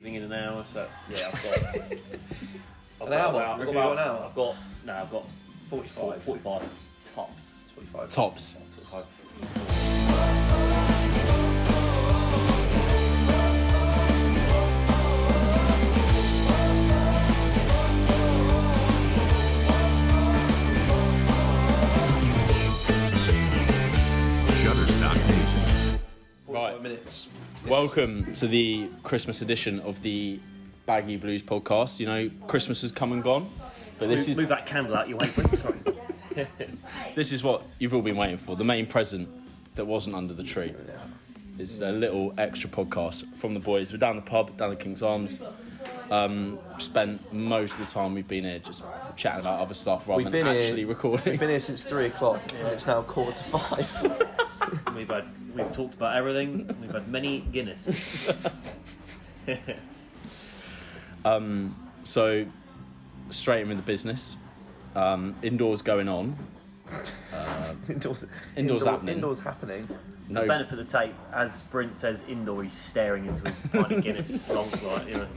in an hour, so that's, yeah, I've got. I've An hour? about- You I've got reckon you've got an about- hour? I've got no, I've got 45. 45 tops. 45. Tops. Shutterstock Music. 45 Right. minutes. Welcome to the Christmas edition of the Baggy Blues podcast. You know, Christmas has come and gone, but this move, is move that candle out your way, please. Sorry. this is what you've all been waiting for. The main present that wasn't under the tree is a little extra podcast from the boys. We're down the pub, down the King's Arms. Um, spent most of the time we've been here just chatting about other stuff rather We've than been here- actually recording. We've been here since three o'clock and it's now quarter to five. We've had we've talked about everything. We've had many Guinness. So, straight in with the business. Um, indoors going on. indoors, Indoors happening. Indoors happening. No, Benefit of the tape, as Brint says, indoor. He's staring into his pint of Guinness, long flight. You know,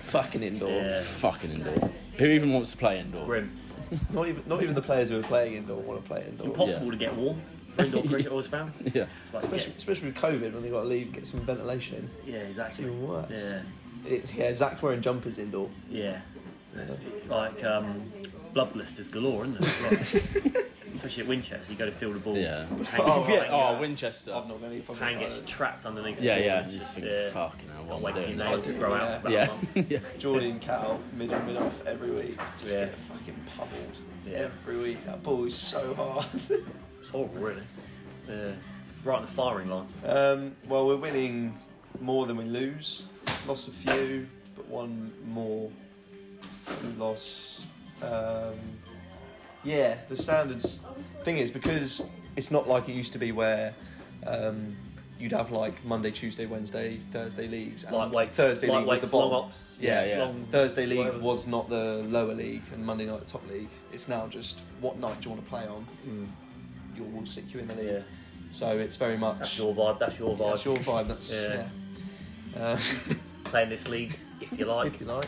Fucking indoor. yeah, fucking indoor. Who even wants to play indoor? grim. Not even not even the players who are playing indoor want to play indoor. Impossible to get warm. For indoor cricket, I always found. Yeah. Like, Especially, especially with COVID when they got to leave get some ventilation yeah, yeah, It's exactly. even worse. Yeah, It's yeah, Zach's wearing jumpers indoor. yeah. It's like um, blood blisters galore, isn't it? It's like- especially at Winchester, you go to field a ball. Yeah. Hang, Oh, Yeah. right, Oh, yeah. oh. Winchester. I've not really fucking hang gets trapped underneath. the Yeah, ball, yeah. it's You just, think, yeah. fucking hell, what am I Wait for doing your this? nails to grow out. for about a Yeah. month. yeah. Jordan Cal, mid and mid off every week. Just Yeah. get fucking pummeled Yeah. every week. That ball is so hard. It's horrible, really. Yeah. Right on the firing line. um, well, we're winning more than we lose. Lost a few, but one more. We lost. Um, yeah, the standards thing is because it's not like it used to be where. Um, You'd have like Monday, Tuesday, Wednesday, Thursday leagues. and Lightweights, Thursday league was the lightweights, long bottom. ops. Yeah, yeah. Long, Thursday league whatever. was not the lower league and Monday night top league. It's now just what night do you want to play on? You'll we'll stick you in the league. Yeah. So it's very much That's your vibe. That's your vibe. That's your vibe. That's yeah. Yeah. Uh, Playing this league, if you like. if you like.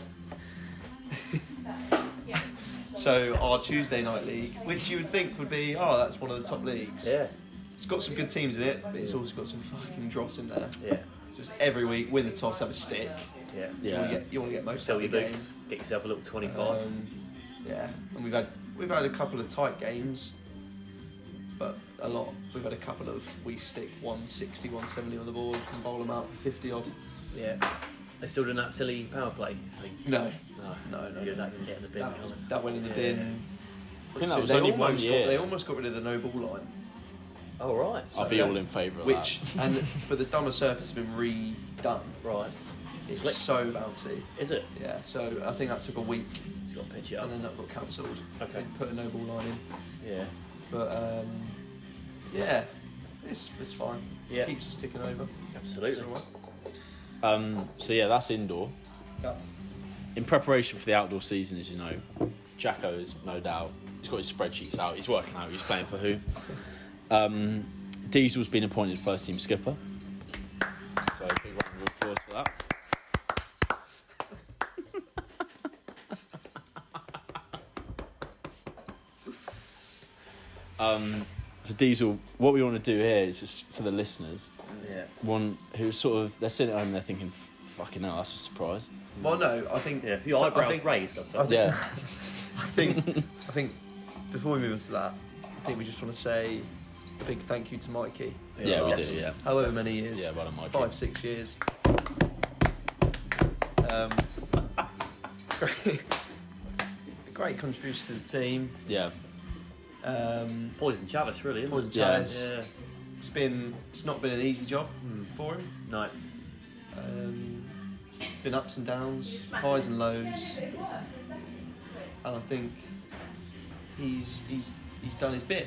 so our Tuesday night league, which you would think would be, oh, that's one of the top leagues. yeah, It's got some good teams in it, but it's also got some fucking dross in there. yeah, So it's every week win the toss, have a stick. yeah. You want Yeah. to get, you wanna get most Sell out your of the game. boots. Get yourself a little twenty-five. Um, yeah, and we've had we've had a couple of tight games, but a lot. We've had a couple of we stick 160, 170 on the board and bowl them out for 50 odd. yeah. They still doing that silly power play thing. No, No, No, no, Good, that can get in the bin. that can't was, it? that went in the Yeah. bin. I think that So was they only one almost year. got they almost got rid of the no ball line, Oh right. I'll so- be all in favour of which that. and but the dumber surface has been redone. Right. It's Slick. so bouncy. Is it? Yeah, so I think that took a week, Just got to pitch it up. and then that got cancelled. Okay. And put a no ball line in. Yeah. But um, yeah, it's, it's fine. Yeah. Keeps us ticking over. It's Absolutely. alright. Um, so yeah, that's indoor. Yeah. In preparation for the outdoor season, as you know, Jacko is no doubt. He's got his spreadsheets out. He's working out. He's playing for who. Um, Diesel's been appointed first team skipper. So a big round of applause for that. um, so Diesel, what we want to do here is just for the listeners. Yeah. one who's sort of they're sitting at home and they're thinking, "Fucking hell, that's a surprise." Well, no, I think. Yeah. If your eyebrows I think, raised, I'd say. I think- Yeah, I think. I think. Before we move on to that, I think we just want to say a big thank you to Mikey. Yeah, for the Yeah, we do, last yeah. However many years. yeah, well done, Mikey. Five, six years. Um, great, great contribution to the team. Yeah, Um, Poison chalice, really. Isn't Poison it? chalice. Yeah. it's been. It's not been an easy job for him. No. Um, been ups and downs, highs and lows, and I think he's he's he's done his bit.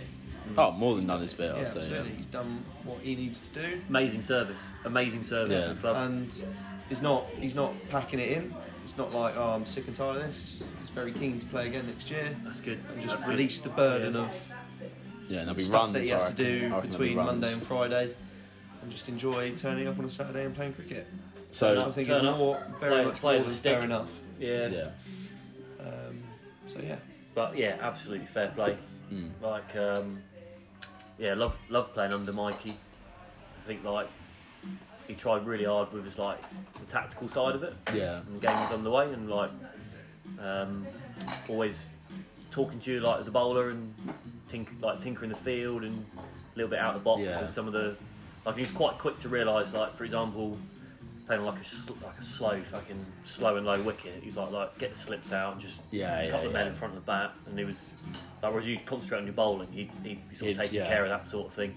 oh, more than done his bit, Mm. Yeah, I'd say. absolutely. Yeah. He's done what he needs to do, Amazing service. Amazing service Yeah. to the club. and he's not he's not packing it in. It's not like oh I'm sick and tired of this. He's very keen to play again next year That's good. and just That's good. release the burden Yeah. of Yeah, and there'll the be stuff runs that he I has to reckon. I do reckon there'll be between runs. Monday and Friday, and just enjoy turning up on a Saturday and playing cricket. which Turn I So up. think is more, very Play- much play more as a than stick. fair enough. Yeah. yeah, Um, so yeah, But yeah, absolutely fair play. Mm. Like, um, yeah, love love playing under Mikey. I think like he tried really hard with his like the tactical side of it, yeah, and the game was on the way, and like um, always talking to you like as a bowler and tink like tinkering the field and a little bit out of the box Yeah. with some of the like he was quite quick to realise like for example playing like a sl- like a slow fucking slow and low wicket he's like like get the slips out and just Yeah, a yeah, couple of men yeah. in front of the bat and he was like whereas you concentrate on your bowling he he sort of He'd- taking yeah. care of that sort of thing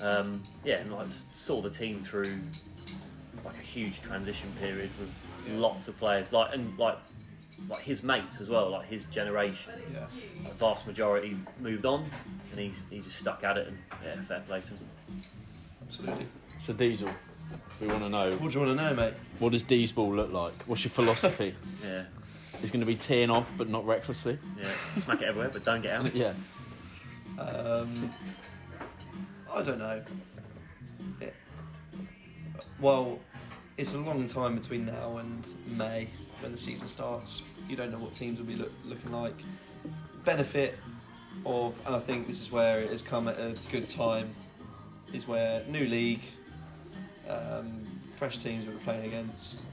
um, yeah and like s- saw the team through like a huge transition period with lots of players like and like like his mates as well like his generation yeah. the vast majority moved on, and he's he just stuck at it. And yeah, fair play to him. Absolutely. So Diesel, we want to know What do you want to know, mate? what does Diesel ball look like? What's your philosophy? Yeah, It's going to be teeing off, but not recklessly. yeah, smack it everywhere, but don't get out. Yeah, Um, I don't know. It, well, it's a long time between now and May when the season starts. You don't know what teams will be look, looking like. Benefit of, and I think this is where it has come at a good time, is where new league, um, fresh teams we were playing against.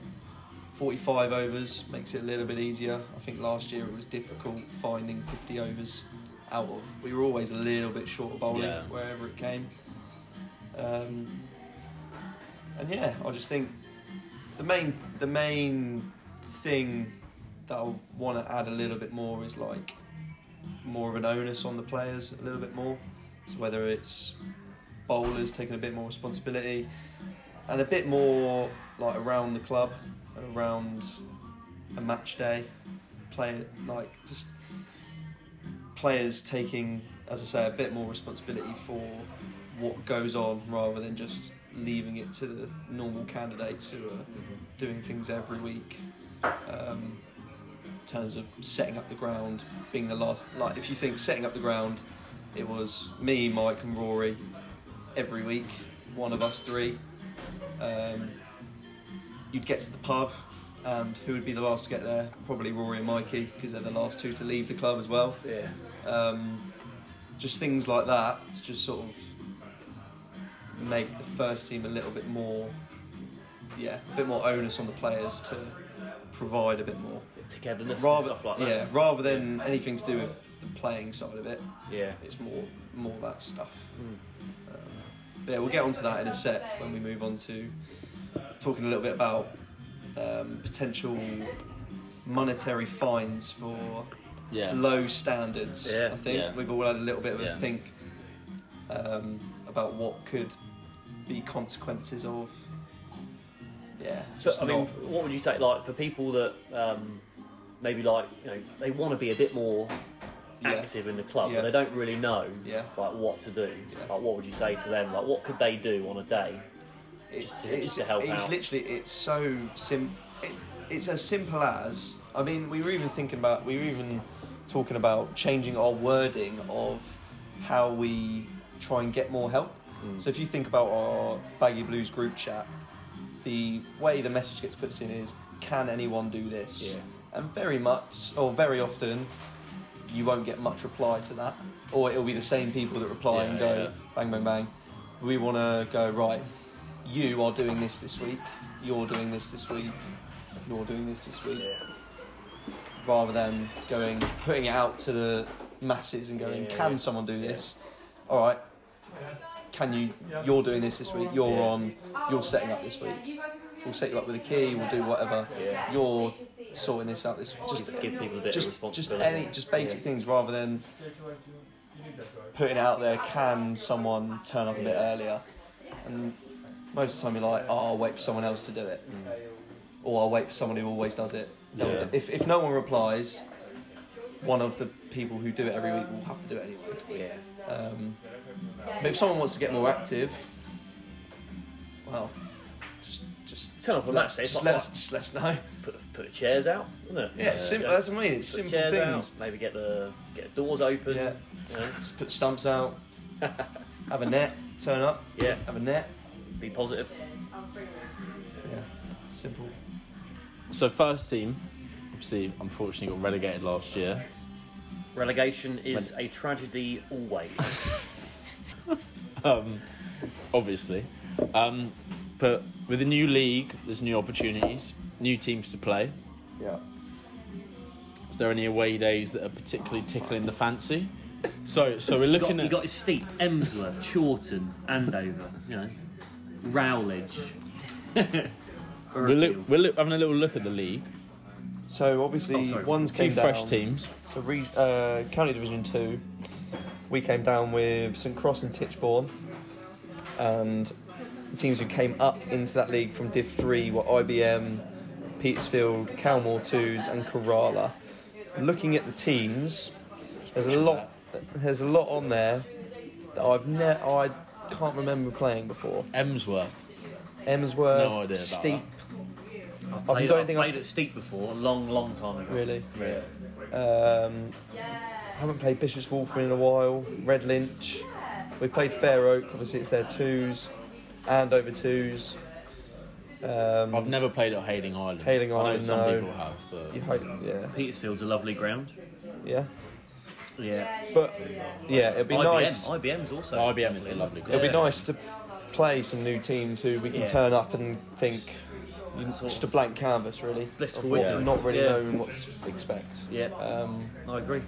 45 overs makes it a little bit easier. I think last year it was difficult finding 50 overs out of. We were always a little bit short of bowling Yeah. wherever it came. Um, and yeah, I just think the main the main thing that I want to add a little bit more is like more of an onus on the players a little bit more. So whether it's bowlers taking a bit more responsibility and a bit more like around the club, around a match day, play like just players taking, as I say, a bit more responsibility for what goes on rather than just leaving it to the normal candidates who are doing things every week. Um, in terms of setting up the ground, being the last, like if you think setting up the ground, it was me, Mike, and Rory every week, one of us three. Um, you'd get to the pub, and who would be the last to get there? Probably Rory and Mikey, because they're the last two to leave the club as well Yeah, um, just things like that to just sort of make the first team a little bit more yeah a bit more onus on the players to provide a bit more togetherness rather and stuff like yeah that. rather than anything to do with the playing side of it Yeah, it's more more that stuff Mm. um, but yeah we'll get onto that in a sec when we move on to talking a little bit about um, potential monetary fines for yeah, low standards. Yeah. I think Yeah. we've all had a little bit of a Yeah. think um, about what could be consequences of. Yeah, but just I mean, not- what would you say like for people that um, maybe like you know they want to be a bit more Yeah. active in the club, Yeah. but they don't really know Yeah. like what to do. Yeah. Like, what would you say to them? Like, what could they do on a day? it, just to- it's, just to help it's out. literally it's so sim. It, it's as simple as I mean, we were even thinking about we were even talking about changing our wording of how we try and get more help. Mm. So if you think about our Baggy Blues group chat, the way the message gets put in is, "Can anyone do this?" Yeah. And very much, or very often, you won't get much reply to that, or it'll be the same people that reply Yeah, and go, yeah. "Bang, bang, bang." We want to go right. You are doing this this week. You're doing this this week. You're doing this this week. Rather than going putting it out to the masses and going, Yeah, yeah, "Can yeah. someone do this?" All right. Can you? You're doing this this week. You're Yeah. on. You're setting up this week. We'll set you up with a key. We'll do whatever. Yeah. You're sorting this out this just Give people a bit of just just responsibility. any just basic things rather than putting out there can someone turn up a bit earlier and most of the time you're like oh I'll wait for someone else to do it Mm. or I'll wait for someone who always does it They'll Yeah. do- if, if no one replies one of the people who do it every week will have to do it anyway yeah, um, but if someone wants to get more active well just just Turn up on let's, that day, it's just, like, let's, just let's know put put the chairs out, isn't it? Uh, yeah, it's simple that's what I mean it's Put simple chairs things out, maybe get the get the doors open. yeah You know? Just put stumps out. have a net. Turn up. Yeah, Have a net. be positive. Yeah. Simple. So first team, obviously, unfortunately got relegated last year. Relegation is a tragedy always. um, obviously. Um, but with a new league, there's new opportunities, new teams to play. Yeah. Is there any away days that are particularly tickling the fancy? So, so we're You got, looking you at. got his steep, Emsworth, Chawton, Andover, you know, Rowledge. we're, loo- we're loo- having a little look at the league. So obviously Oh, sorry. one's A few came fresh down. teams. So re- uh, County Division Two, we came down with St Cross and Titchbourne, and the teams who came up into that league from Div Three were IBM, Petersfield, Calmore Twos, and Kerala. Looking at the teams, there's a lot. There's a lot on there that I've ne- I can't remember playing before. Emsworth. Emsworth, No idea about Steep, I I played, don't I've think I- played at Steep before, a long, long time ago. really. Right. Um, haven't played Bishop's Walford in a while. Red Lynch. We played Fair Oak. Obviously, it's their twos, and over twos. Um, I've never played at Hayling Island. Hayling I know Island, some no. people have, but you hope, yeah, Petersfield's a lovely ground. yeah. Yeah. But yeah, it'd be IBM. nice. IBM's also. IBM is a lovely club. It'd be Yeah. nice to play some new teams who we can Yeah. turn up and think You can sort just a of- blank canvas, really. Blissful of what- ignorance. Not really Yeah. knowing what to expect. Yeah, Um, I agree.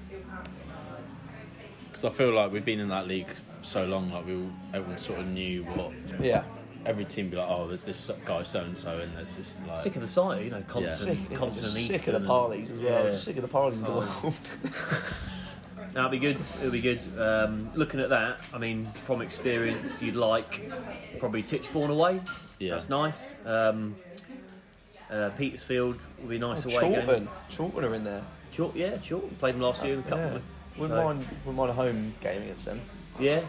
Because I feel like we've been in that league so long, like we all, everyone sort of knew what yeah. every team be like. Oh, there's this guy so and so, and there's this like. Sick of the sight, you know, Sick, constant, yeah, constant just Eastern sick of the and- parties as well. Yeah. Just sick of the parties of the Oh. world. That'll be good. It'll be good. Um, looking at that, I mean, from experience, you'd like probably Titchbourne away. Yeah. That's nice. Um, uh, Petersfield would be a Oh, nice away Chorten, game. Chorten are in there. Chor- yeah, Chorten. Played them last year in the cup. Yeah. didn't Wouldn't So- mind, wouldn't mind a home game against them. we? Yeah.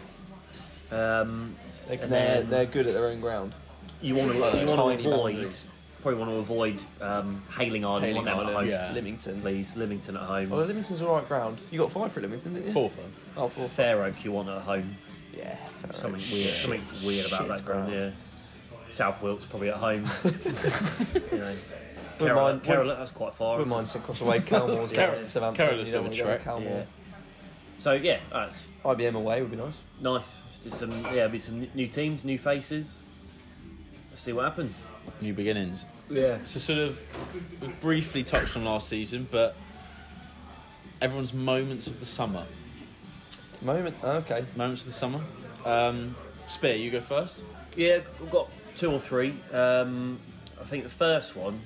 Um, They, And they're, then- they're good at their own ground. you want to you want to Tiny avoid boundaries. probably want to avoid um, Hailing Island. you want them at home, yeah. Lymington. please. Lymington at home. Although Lymington's alright ground. You got five for Lymington, didn't you? Fourth one. Oh, four. Fair Oak, you want at home. Yeah, fair Something enough. weird. Oh, Shit. Something weird about Shit that ground. Yeah. ground. South Wilts probably at home. you know. Wouldn't Kerala, mind- Kerala, that's quite far. Wouldn't mind some crossaway Calmore's Yeah. down in Southampton. Kerala's you don't want been to go a to trek. Yeah. Calmore. So yeah, that's IBM away would be nice. nice. It's just some yeah, be some new teams, new faces. Let's see what happens. New beginnings. Yeah. So sort of we briefly touched on last season, but everyone's moments of the summer. Moment. oh, Okay. Moments of the summer. Um, Spear, you go first. Yeah, we've got two or three. Um, I think the first one.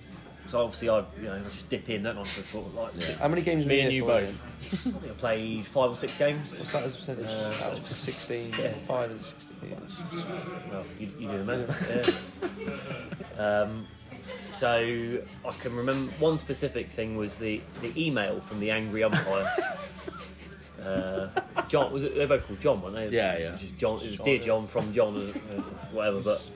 So obviously I you know I just dip in don't I for sort of like six- How many games were Me and here you for both. then? I think I played five or six games. What's that as a percentage? Uh, That was 16, yeah. 5 and 16. Well, you, you do the math. Yeah. um, so I can remember one specific thing was the, the email from the angry umpire. Uh, John was it, they both called John, weren't they? Yeah, yeah. It was just John, it was John, dear yeah. John from John, uh, uh, whatever. But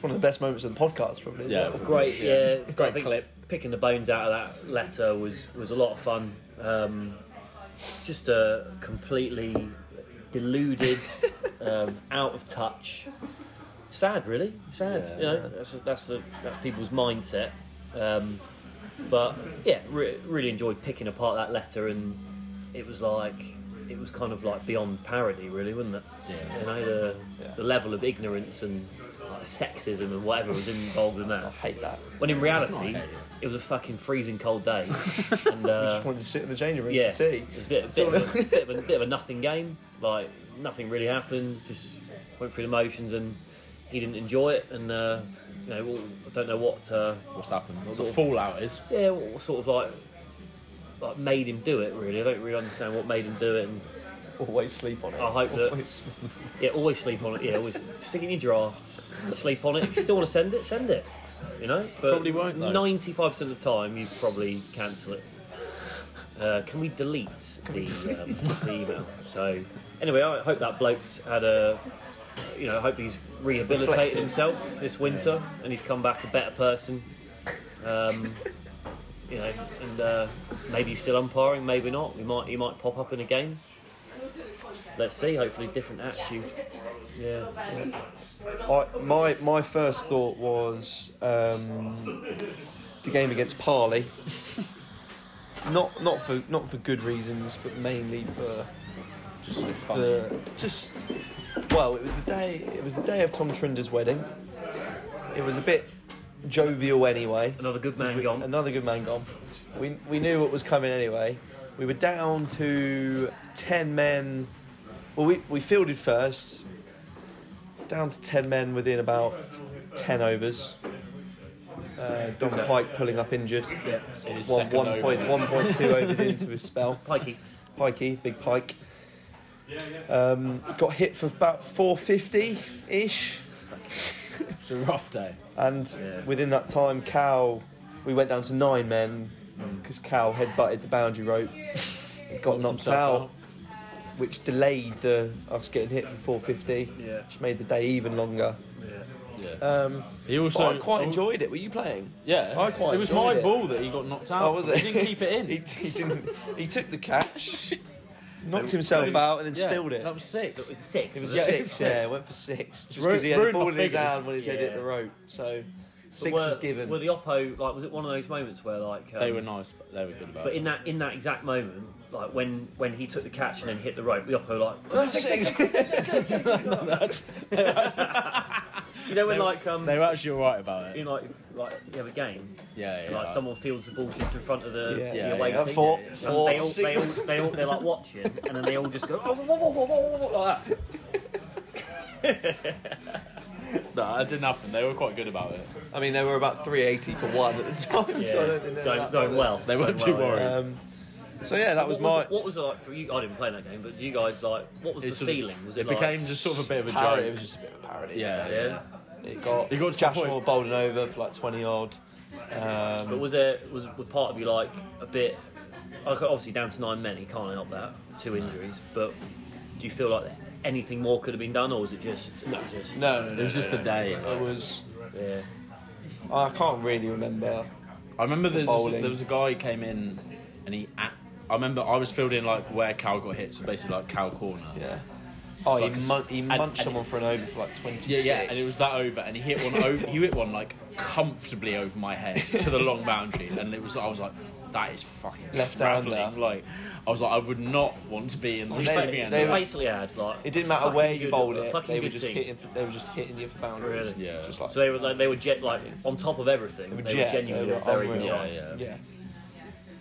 One of the best moments of the podcast, probably. as Yeah. well. great, yeah, Great I think clip. Picking the bones out of that letter was was a lot of fun. Um, just a completely deluded, um, out of touch, sad, really sad. Yeah. you know, that's that's the that's people's mindset. Um, but yeah, re- really enjoyed picking apart that letter, and it was like it was kind of like beyond parody, really, wasn't it? Yeah. You know the Yeah. the level of ignorance and like, sexism and whatever was involved in that. I hate that. When in reality, It's not, yeah. it was a fucking freezing cold day. and, uh, I just wanted to sit in the changing room yeah, for tea. it was a bit, bit, of a, bit, of a, bit of a nothing game. Like nothing really happened. Just went through the motions, and he didn't enjoy it. And uh, you know, well, I don't know what, uh, What's happened? What Sort the of- fallout is. yeah, what sort of like, like made him do it. Really, I don't really understand what made him do it. And Always sleep on it. I hope that- Always. yeah, always sleep on it. Yeah, always stick it in your drafts. Sleep on it. If you still want to send it, send it. You know, but Probably won't, though. Ninety-five percent of the time, you probably cancel it. Uh, can we delete the, um, the email? So, anyway, I hope that bloke's had a, you know, I hope he's rehabilitated Reflected. himself this winter and he's come back a better person. Um, you know, and uh, maybe he's still umpiring, maybe not. He might, he might pop up in a game. let's see. Hopefully, different attitude. Yeah. I, my my first thought was um, the game against Parley. not not for not for good reasons, but mainly for Just so fun. for just well, it was the day it was the day of Tom Trinder's wedding. It was a bit jovial anyway. Another good man gone. Another good man gone. We we knew what was coming anyway. We were down to ten men. Well, we we fielded first. Down to ten men within about ten overs. Uh, Don Okay. Pike pulling up injured. yeah. In his One, second one over. point one point two overs into his spell. Pikey. Pikey, big Pike. Um, got hit for about 450 ish, It's a rough day. and Yeah. within that time, Cal, we went down to nine men because Cal head butted the boundary rope, Mm. got knocked out, which delayed the us getting hit for 450, Yeah. which made the day even longer. Yeah. Yeah. Um, He but also I quite enjoyed it. Were you playing? Yeah, I quite It was enjoyed my it. ball that he got knocked out. Oh, was it? He didn't keep it in. he, he didn't. He took the catch, knocked himself out, and then Yeah, spilled it. That was It six. was six. It was wasn't Yeah, six, six. yeah, it went for six. Just Ru- because he had a ruined my ball in his figures. hand when his head hit Yeah. the rope. So But six were- was given. Were the oppo like? Was it one of those moments where like um, They were nice. But they were good about But it. in that in that exact moment, like when when he took the catch and then hit the rope, the oppo like Oh, six. you know when like um they were actually alright about it. in like like you have a game Yeah, yeah. and like yeah. someone fields the ball just in front of the, Yeah. the Yeah, away yeah. team. Four- and four- they all they all they all they're like watching and then they all just go oh, whoa, whoa, whoa, whoa, whoa, like that. No, it didn't happen. They were quite good about it. I mean, they were about 380 for one at the time, Yeah. so I don't think they're Going- that going bothered. well. They weren't Going too well, yeah. worried. Um, so yeah, that was What my was, what was it like for you? I didn't play that game, but you guys like what was It the sort of- feeling? Was it, It like, became just sort of a bit of a parody. It was joke. just a bit of a parody. Yeah. yeah? It got, It got to the Joshua point- bowling over for like 20 odd. Um, But was there was, was part of you like a bit? Like obviously down to nine men, he can't help that. Two injuries, but do you feel like anything more could have been done, or was it just? No, just, no, no, no. It was just no, the no. day. It was. Yeah, I can't really remember. I remember there was, bowling. there was a guy who came in and he. At, I remember I was filled in like where Cal got hit, so basically like Cal corner. Yeah. Oh, It's like a he, s- mun- he and- munched and- someone for an over for like 26. Yeah, yeah, and it was that over, and he hit one. Over, he hit one like comfortably over my head to the long boundary, and it was. I was like, that is fucking Left travelling. hander. Like, I was like, I would not want to be in the They- receiving they, end. they of were- that. basically had like It didn't matter fucking where you good- bowled a it; fucking they were good just team. hitting. For, they were just hitting you for boundaries. Really? Yeah. Just like So they were like, they were jet like on top of everything. They were, they were jet, genuinely they were a very good. unreal. shot. Yeah, yeah. Yeah.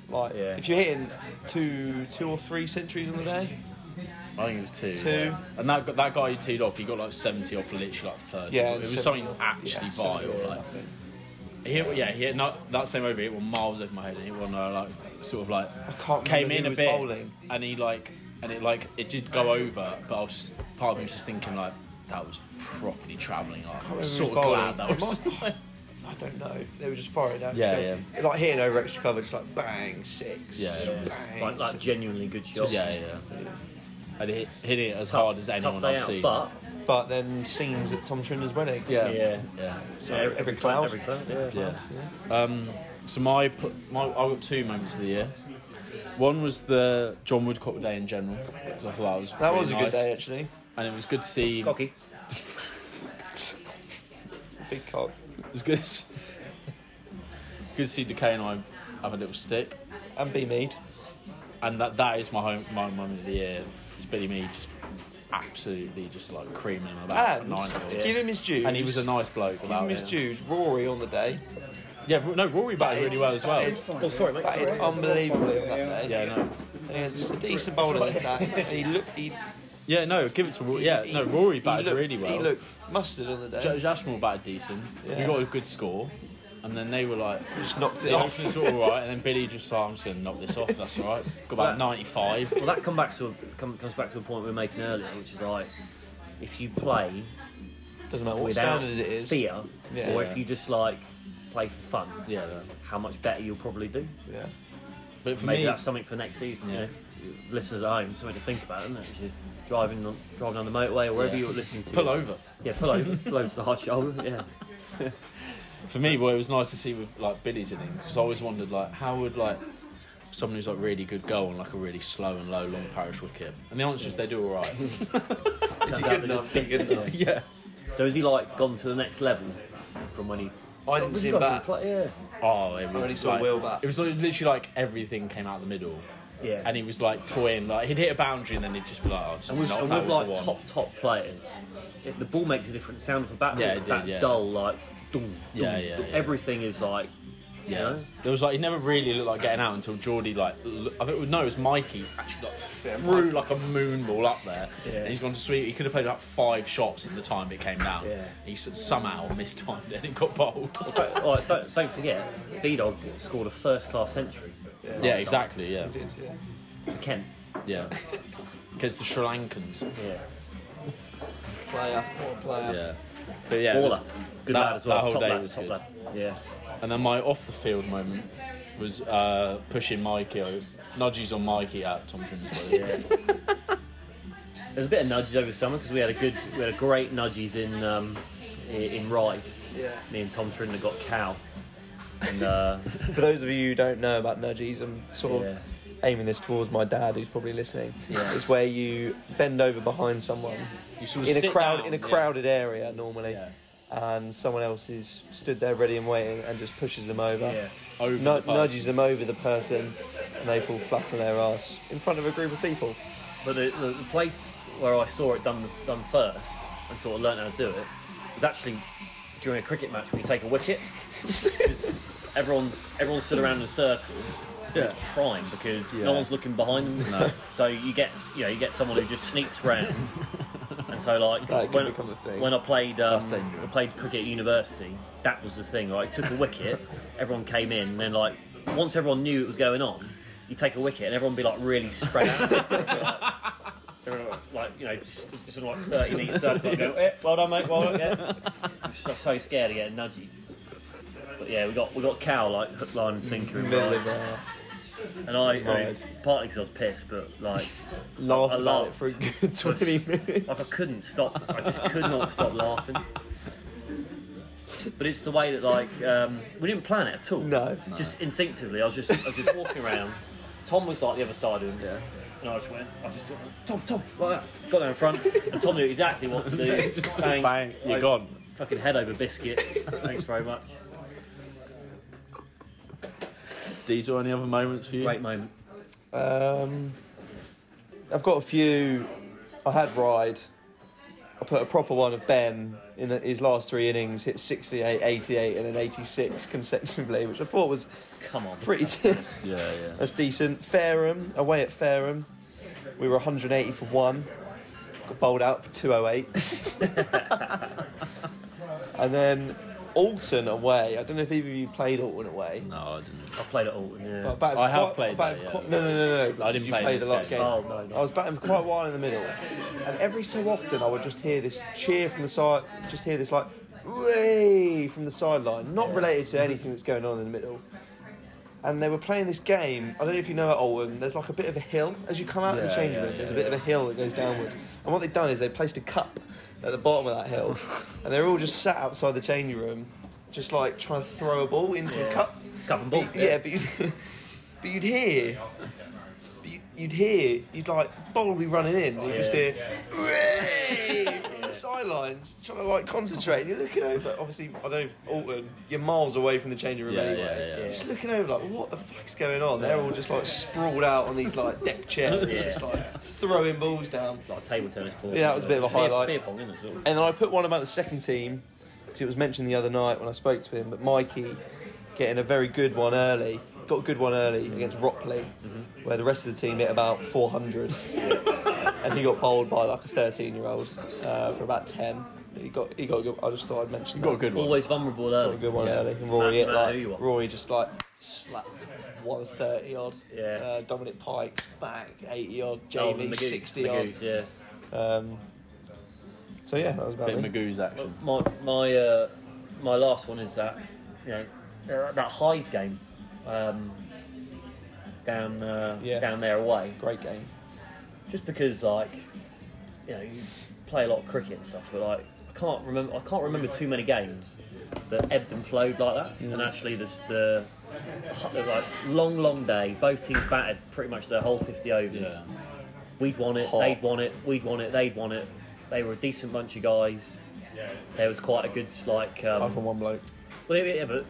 Like Yeah. if you're hitting two, two or three centuries on the day, I think it was two. Two. yeah. And that gu- that guy who teed off, he got like seventy off literally like thirty. yeah, it and was seven- something yeah, actually seven vile. or Like, nothing. he hit, yeah, he hit not, that same over. He hit one miles over my head, and he one uh, like sort of like can't remember came in who a was bit, bowling. and he like and it like it did go over, but I was just, part of me was just thinking like that was properly travelling. Like, I remember was who was sort of glad bowling. that was. I don't know. They were just firing down. Yeah, just go- Like hitting over extra cover, just like bang six. Yeah, yeah. bang, It's Like, like six. genuinely good shots. yeah, yeah. And he hit, hit it as Tough- hard as anyone tough day I've out, seen. But But then scenes at Tom Trinder's wedding. yeah, yeah, yeah. yeah, every cloud. every cloud, yeah. Yeah. Um, so my, pl- my I got two moments of the year. One was the John Woodcock Day in general. 'cause I thought that was That really was a good nice. day actually. and it was good to see. It cocky. Big cock. was good. To see, good to see Decay and I have a little stick, And B Mead. and that that is my home my moment of the year. Is Billy Mead just absolutely just like creaming him about for And nine to hours. give him his dues. And he was a nice bloke Give him about his it. dues. Rory on the day. Yeah, Ro- no, Rory batted really well as well. Batted- Oh, sorry, mate. Batted unbelievably on that day. Yeah, no, And he had a decent bowling attack. And he looked. He, yeah, no, give it to Rory. he- Yeah, he- no, Rory he batted looked- really well. He looked mustard on the day. J- Jashmore batted decent. We Yeah. got a good score, and then they were like, just knocked it "The off. openers were all right." And then Billy just said, "I'm just going to knock this off. That's all right." Got about Right. 95. Well, that come back to a, come, comes back to a point we were making earlier, which is like if you play Doesn't matter what without standard it is. fear, Yeah. or Yeah. if you just like play for fun, Yeah, no. how much better you'll probably do. Yeah. but for Maybe me, that's something for next season. You know, listeners at home, something to think about, isn't it? If you're driving on, driving on the motorway or wherever Yeah. you're listening to, pull it. over. Yeah, pull over. pull over to the hard shoulder. Yeah, For me, well, it was nice to see with like Billy's innings because I always wondered like how would like someone who's like really good goal on like a really slow and low long parish wicket? And the answer is they do all right. If you're good enough, you're good enough. yeah. So has he like gone to the next level from when he? I didn't see him bat. Yeah. Oh, it was only saw like, Will bat. It was like, literally like everything came out the middle. Yeah. And he was like toying, like he'd hit a boundary and then he'd just be like, oh, just And with, knock and that with one like for one. top top players, it, the ball makes a different sound for batsmen. Yeah, it it's did, that yeah. dull like. Dum, dum, Yeah, yeah, dum. yeah. Everything is like. You Yeah. know? There was like, he never really looked like getting out until Geordie, like, l- I think, it was- no, it was Mikey actually like threw like a moon ball up there. Yeah. And he's gone to sweep. He could have played about five shots in the time it came down. Yeah. He s- somehow mistimed it and got bowled. Oh, don't, don't forget, B Dog scored a first class century yeah, exactly. Yeah. He did, yeah. for Kent. Yeah. Because the Sri Lankans. Yeah. Player, what a player. Yeah. But yeah. it All was- up. Good that- lad as well. that whole top day lad, was top good. lad. Yeah. And then my off the field moment was uh, pushing Mikey, o- nudges on Mikey out Tom Trinity. Yeah. There's a bit of nudges over summer because we had a good, we had a great nudges in um, i- in ride. Yeah. Me and Tom Trinder got cow, and uh, For those of you who don't know about nudgies, I'm sort Yeah. of aiming this towards my dad, who's probably listening. Yeah. It's where you bend over behind someone You sort of in a sit crowd down, in a yeah. crowded area normally, Yeah. and someone else is stood there ready and waiting, and just pushes them over. yeah, Over Nu- the person. nudges them over the person, and they fall flat on their ass in front of a group of people. but the, the, the place where I saw it done done first and sort of learnt how to do it was actually during a cricket match when you take a wicket. 'Cause everyone's everyone's stood around in a circle. It's prime because Yeah. no one's looking behind them. No. So you get you know you get someone who just sneaks round. And so, like, That could when, become a thing. when I played, That's um, dangerous. I played cricket at university. That was the thing. Like, I took a wicket, everyone came in, and then like once everyone knew it was going on, you take a wicket, and everyone would be like really spread out. Everyone, like, like you know, just, just in, like thirty metre circle. and Go, eh, well done, mate. Well done. Yeah. I'm so, so scared of getting nudged. But yeah, we got we got cow like hook, line, and sinker, in Middle right. of uh, air. and I, I mean, Right. partly because I was pissed, but like Laughed I about it laughed. for a good 20 minutes. Like I couldn't stop. I just could not stop laughing. But it's the way that like um, we didn't plan it at all. No. Just instinctively, I was just I was just walking around. Tom was like the other side of him. Yeah. And I just went. I just went, Tom, Tom, like that. got there in front, and Tom knew exactly what to do. Just bang, you're like, gone. Fucking head over biscuit. Thanks very much. Diesel, any other moments for you? Great moment. Um, I've got a few. I had Ride. I put a proper one of Ben in the, his last three innings, hit 68, 88, and then 86 consecutively, which I thought was Come on. pretty decent. Yeah, yeah. That's decent. Fareham, away at Fareham, we were 180 for one. Got bowled out for 208. and then Alton away. I don't know if either of you played Alton away. No, I didn't. I played at Alton. Yeah. But I batted I for have quite- played batted that, for yeah. quite- No, no, no, no. I didn't you play played this a lot of game. games. oh no, no. I was batting for quite a while in the middle, and every so often I would just hear this cheer from the side, just hear this like, way from the sideline, not related to anything that's going on in the middle. And they were playing this game. I don't know if you know at Oldham, there's like a bit of a hill as you come out of the Yeah, change yeah, room. there's a yeah, bit of a hill that goes downwards. And what they've done is they placed a cup at the bottom of that hill, and they're all just sat outside the change room, just like trying to throw a ball into a cup. Cup and ball. But, yeah, but you'd, but you'd hear, but you- you'd hear, you'd like bowl be running in, and you just Yeah. hear, "Hooray!" from the sidelines, trying to like concentrate. And you're looking over. Obviously, I don't know if Alton, you're miles away from the changing room Yeah, anyway. yeah, yeah. Yeah. Just looking over, like, what the fuck's going on? They're all just like sprawled out on these like deck chairs, Yeah. just like throwing balls down. Like table tennis ball. Yeah, that was a bit of a Beer- highlight. Beer, pong, innit, sort of. And then I put one about the second team because it was mentioned the other night when I spoke to him. But Mikey getting a very good one early, got a good one early against Ropley, where the rest of the team hit about 400, and he got bowled by like a 13 year old uh, for about 10. He got he got. A good, I just thought I'd mention. Got a that. good one. Always vulnerable early. Got a good one Yeah. early, and Rory Matter- hit, matter who you like are. Rory just like slapped 130 odd. Yeah. Uh, Dominic Pike back 80 odd. Oh, Jamie Magoo- 60 odd. Magoo's, Yeah. Um, so yeah, that was about Bit it. Magoo's action. My my uh, my last one is that you know uh, that Hyde game um, down uh, Yeah. down there away. Great game. Just because like you know you play a lot of cricket and stuff, but like I can't remember I can't remember too many games that ebbed and flowed like that. And actually, this the It was like long, long day. Both teams batted pretty much their whole 50 overs. Yeah. We'd won it, Hot. they'd won it, we'd won it, they'd won it. They were a decent bunch of guys. There was quite a good like. Apart Um, from one bloke. well, yeah, yeah, but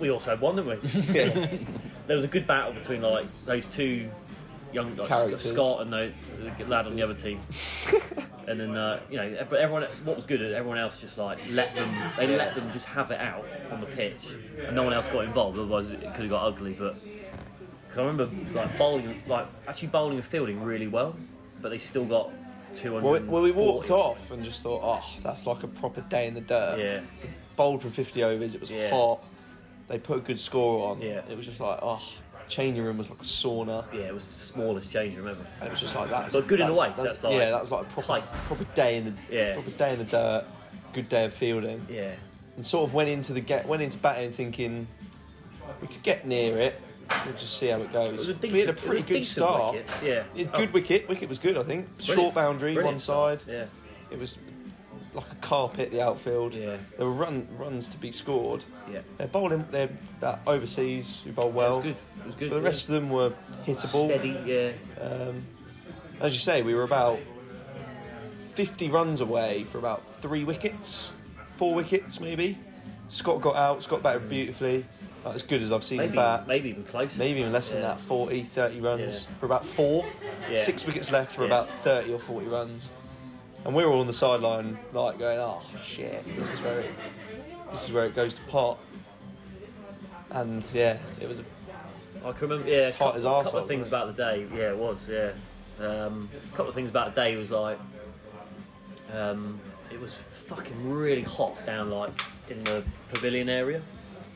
we also had one, didn't we? there was a good battle between like those two young like, Sc- Characters. Scott and the, the lad on the other team. and then uh, you know, but everyone. What was good is everyone else just like let them. They let them just have it out on the pitch, and no one else got involved. Otherwise, it could have got ugly. But because I remember like bowling, like actually bowling and fielding really well, but they still got two hundred. Well, we, well, we walked off and just thought, oh, that's like a proper day in the dirt. Yeah. Bowled for 50 overs. It was Yeah. hot. They put a good score on. Yeah. It was just like, oh, changing room was like a sauna. Yeah, it was the smallest change, remember? And it was just like that. But good in a way, that's like yeah, that was like a proper, tight. proper day in the Yeah. proper day in the dirt. Good day of fielding. Yeah. And sort of went into the get went into batting thinking we could get near it. We'll just see how it It goes. was a decent, we had a it was pretty good decent start. wicket, Yeah. Yeah, Oh, good wicket. Wicket was good, I think. Short brilliant. boundary, Brilliant one start. side. Yeah. It was like a carpet. The outfield. Yeah. There were run, runs to be scored. Yeah. They're bowling. They're that overseas who bowl It well. was good. It was good. But the yeah. rest of them were hittable. Steady, yeah. Um, as you say, we were about 50 runs away for about three wickets, four wickets maybe. Scott got out, Scott batted beautifully, like, as good as I've seen him Maybe, bat. maybe even closer. Maybe even less than Yeah. that, 40, 30 runs Yeah. for about four. Yeah. Six wickets left for Yeah. about 30 or 40 runs. And we were all on the sideline, like going, oh shit, this is where it, this is where it goes to pot. And yeah, it was a I can remember. Yeah, a tight couple, as couple arsehole, of things about the day. Yeah, it was. Yeah, um, a couple of things about the day was like, um, it was fucking really hot down like in the pavilion area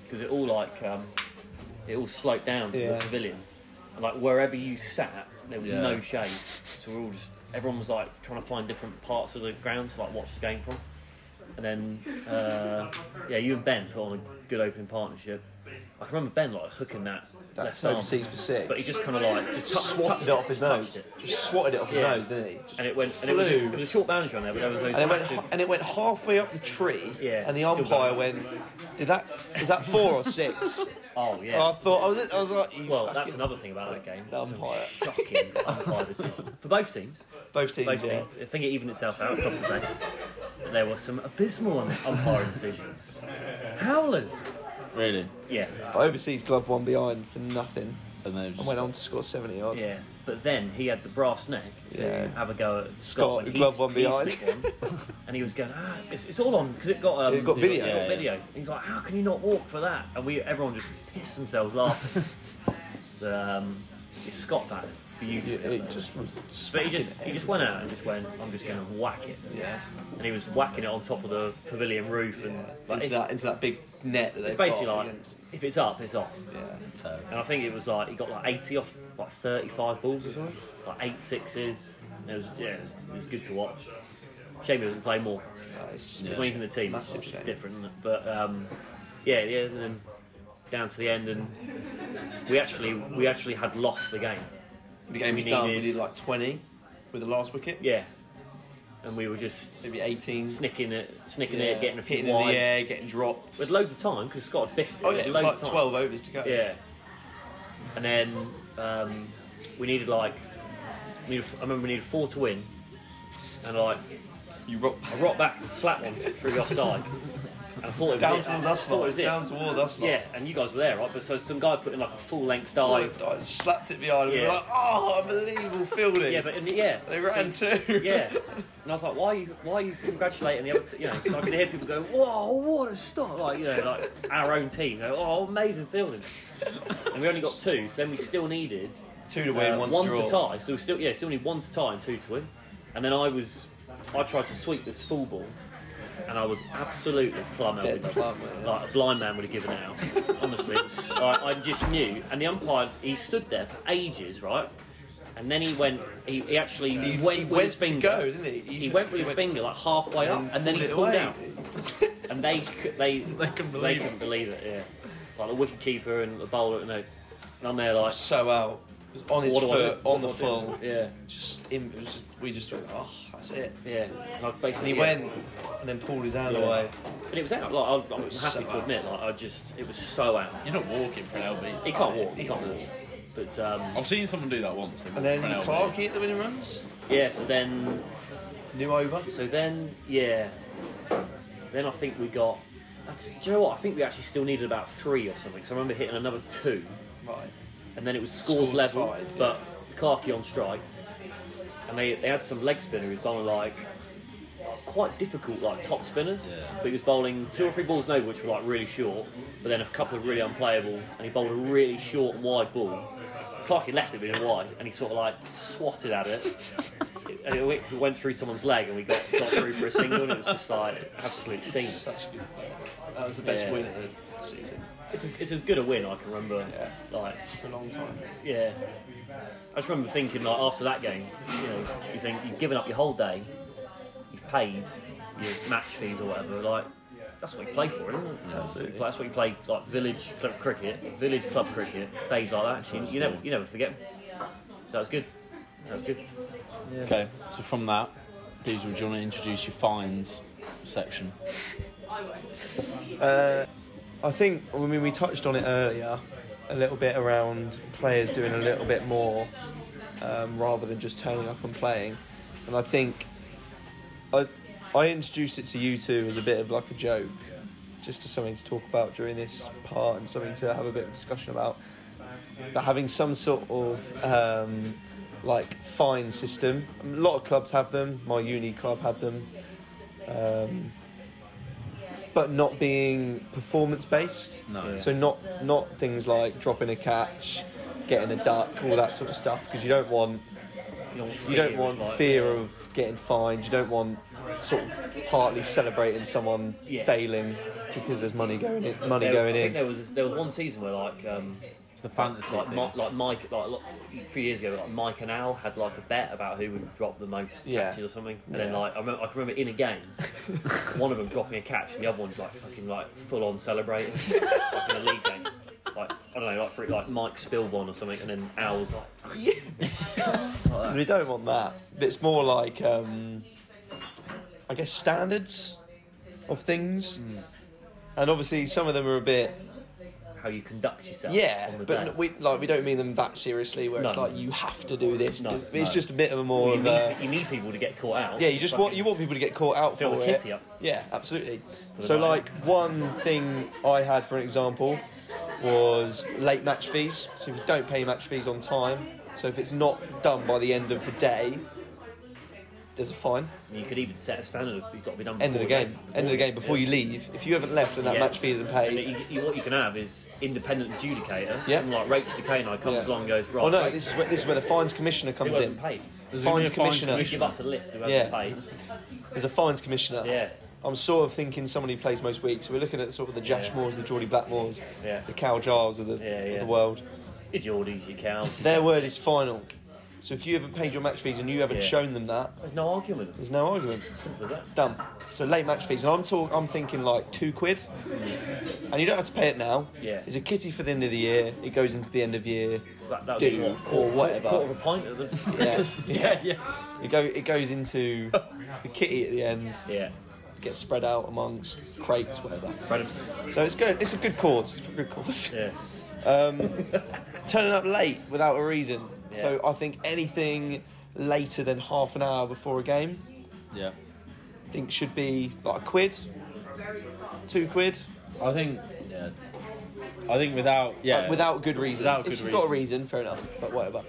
because it all like um, it all sloped down to the Yeah. pavilion, and like wherever you sat, there was Yeah. no shade. So we are all just everyone was like trying to find different parts of the ground to like watch the game from. And then, uh, yeah, you and Ben put on a good opening partnership. I can remember Ben like hooking that. that left so arm. overseas for six. But he just kind of like just touched, swatted touched it off his nose. touched it. Just swatted it off his Yeah. nose, didn't he? Just and it went. flew. And it was, it was a short boundary on there, but there was those. and it went, massive- and it went halfway up the tree, Yeah, and the still umpire going. went, "Did that? Is that four or six? oh And I yeah. thought I was, I was like, you Well, fucking- that's another thing about that game. The Some umpire. Shocking umpire decision for both teams. both teams. Both yeah. teams. I think it evened itself out across the day. But There were some abysmal um- umpire decisions. Howlers. Really? Yeah, But overseas glove one behind for nothing, And then it was and just went on to score seventy odd. yeah. But then he had the brass neck to Yeah. have a go at Scott, Scott. when he glove s- one he behind. slipped one. and he was going, ah, it's, it's all on because it got um, It got video. It got Yeah. video. He's like, how can you not walk for that? And we, everyone just pissed themselves laughing. the, um, it's Scott batted It, beautifully. it just was. but he smacking just he just everything. went out and just went, I'm just going to whack it. Yeah. And he was whacking it on top of the pavilion roof and yeah. like, into it- that into that big net that they It's basically got like against. if it's up, it's off. Yeah. Uh, terrible. And I think it was like he got like 80 off like 35 balls or something, like eight sixes. And it was yeah, it was, it was good to watch. Shame he doesn't play more. Uh, it's Yeah. When he's in the team, it's, Massive it's shame. different. Isn't it? But um, yeah, yeah, and then down to the end, and we actually we actually had lost the game. The game was We done. We needed- did like twenty with the last wicket. Yeah, and we were just Maybe eighteen. snicking it, snicking Yeah, it, getting a few hitting in wides. the air, getting dropped. With loads of time because Scott had biffed it. oh yeah, it was loads like of time. twelve overs to go. Yeah. And then um, we needed like, we needed, I remember we needed four to win, and like you rock I rocked back and slapped one through the offside, and I thought it was down it. towards I us thought it lot. was It's it. down towards us lot. Yeah, and you guys were there, right? But so some guy put in like a full length dive. I slapped it behind and we were Yeah. like, oh, unbelievable fielding. Yeah, but in the yeah, they ran too. yeah. And I was like, why are you, why are you congratulating the other team? You know, 'cause I could hear people go, whoa, what a stop! Like, you know, like our own team. You know, oh, amazing fielding. And we only got two, so then we still needed Two to win, uh, one, one to draw. to tie. So we still, yeah, still need one to tie and two to win. And then I was, I tried to sweep this full ball, and I was absolutely plumb out. Dead with it. plumb, yeah. Like a blind man would have given it out. Honestly, it was- I, I just knew. And the umpire, he stood there for ages, right? And then he went. He, he actually He, went he with went his to finger. go, didn't he? He, He went with his finger like halfway up, and then he it pulled away. out. And they c- they they couldn't couldn't believe believe, it. it. Yeah, like the wicket keeper and the bowler, and, they, and I'm there like So out. was on his What do I foot, do? on the What do I do? full. Yeah, Just, him, it was just, we just went, oh, that's it. yeah. And I And basically he yeah. went and then pulled his hand Yeah. away. but it was out. Like, I'm, I'm It happy was so to out. admit, like I just, it was so out. You're not walking for an LB. He can't walk. He can't walk. But um, I've seen someone do that once. They walk And for an then LB. Clarke hit the winning runs. yeah. So then, New over. so then, yeah. Then I think we got. that's- Do you know what? I think we actually still needed about three or something. So I remember hitting another two, Right. and then it was scores, Scores level, tied, but Clarkey on strike, and they, they had some leg spinner who's bowling like quite difficult like top spinners, but he was bowling two or three balls over which were like really short, but then a couple of really unplayable, and he bowled a really short and wide ball. Clarkey left it being wide, and he sort of like swatted at it. And it went- it went through someone's leg, and we got, got through for a single, and it was just like absolute scene. Such a good. That was the best Yeah. win of the season It's as, it's as good a win I can remember. Yeah. Like for a long time. Yeah. I just remember thinking, like, after that game, you know, you think you've given up your whole day, you've paid your match fees or whatever, like, that's what you play for, isn't it? absolutely. That's what you play, like, village club cricket, village club cricket, days like that. You, you, never, you never forget 'em. So that was good. That was good. Okay, so from that, Diesel, do you want to introduce your fines section? Uh, I think, I mean, we touched on it earlier a little bit around players doing a little bit more um, rather than just turning up and playing. And I think I, I introduced it to you two as a bit of like a joke, just as something to talk about during this part and something to have a bit of discussion about. But having some sort of um, like fine system, a lot of clubs have them. My uni club had them. Um, but not being performance based. No. Yeah. So not not things like dropping a catch, getting a duck, all that sort of stuff. Because you don't want you don't want like, fear of getting fined. You don't want sort of partly celebrating someone Yeah. failing because there's money going in. Money there, going I think in. there was there was one season where like um, It's the fantasy like thing. Mi- like Mike like lo- a few years ago like Mike and Al had like a bet about who would drop the most Yeah. catches or something and then Yeah. like I, remember, I can remember in a game one of them dropping a catch and the other one like fucking like full on celebrating like in a league game like I don't know like for like Mike spilled one or something and then Al was like We don't want that. It's more like um, I guess standards of things. And obviously, some of them are a bit how you conduct yourself yeah, on the but day. n- we like we don't mean them that seriously. Where it's No. like you have to do this. No, it's no. just a bit of a more you, of need, a you need people to get caught out Yeah, you just want you want people to get caught out Fill for the it. kitty up. Yeah, absolutely. the So, night. like one thing I had for an example was late match fees. So if you don't pay match fees on time, so if it's not done by the end of the day, there's a fine. and you could even set a standard of you've got to be done End of the before game. End of the game before you leave. If you haven't left and that Yeah. match fee isn't And paid. you, you, what you can have is independent adjudicator. Yeah. Someone like Rachel Decano comes Yeah. along and goes, right, Oh no, wait, this is where, this is where the fines commissioner who comes in. hasn't paid? Fines There's gonna be a fines commissioner. commissioner. Give us a list who hasn't Yeah. paid. There's a fines commissioner. Yeah. I'm sort of thinking someone who plays most weeks. We're looking at sort of the Jash Yeah. Moores, the Geordie Blackmores, Yeah. the Cal Giles of the, Yeah, of yeah. the world. Your Geordies, your cows. Their word is final. So if you haven't paid your match fees and you haven't Yeah. shown them that, There's no argument with them. there's no argument. Simple as that. Done. So late match fees, and I'm talk, I'm thinking like two quid, and you don't have to pay it now. Yeah. It's a kitty for the end of the year. It goes into the end of year that, that would due be what, or quarter of a whatever. pint of them. Yeah. yeah, It go it goes into the kitty at the end. yeah. Gets spread out amongst crates, whatever. Right, So it's good. It's a good cause. It's a good cause. yeah. Um, turning up late without a reason. Yeah. So I think anything later than half an hour before a game, yeah. I think should be like a quid, two quid, I think, yeah. I think without, yeah. like, without good reason. Without if good you've got a reason, fair enough. But whatever.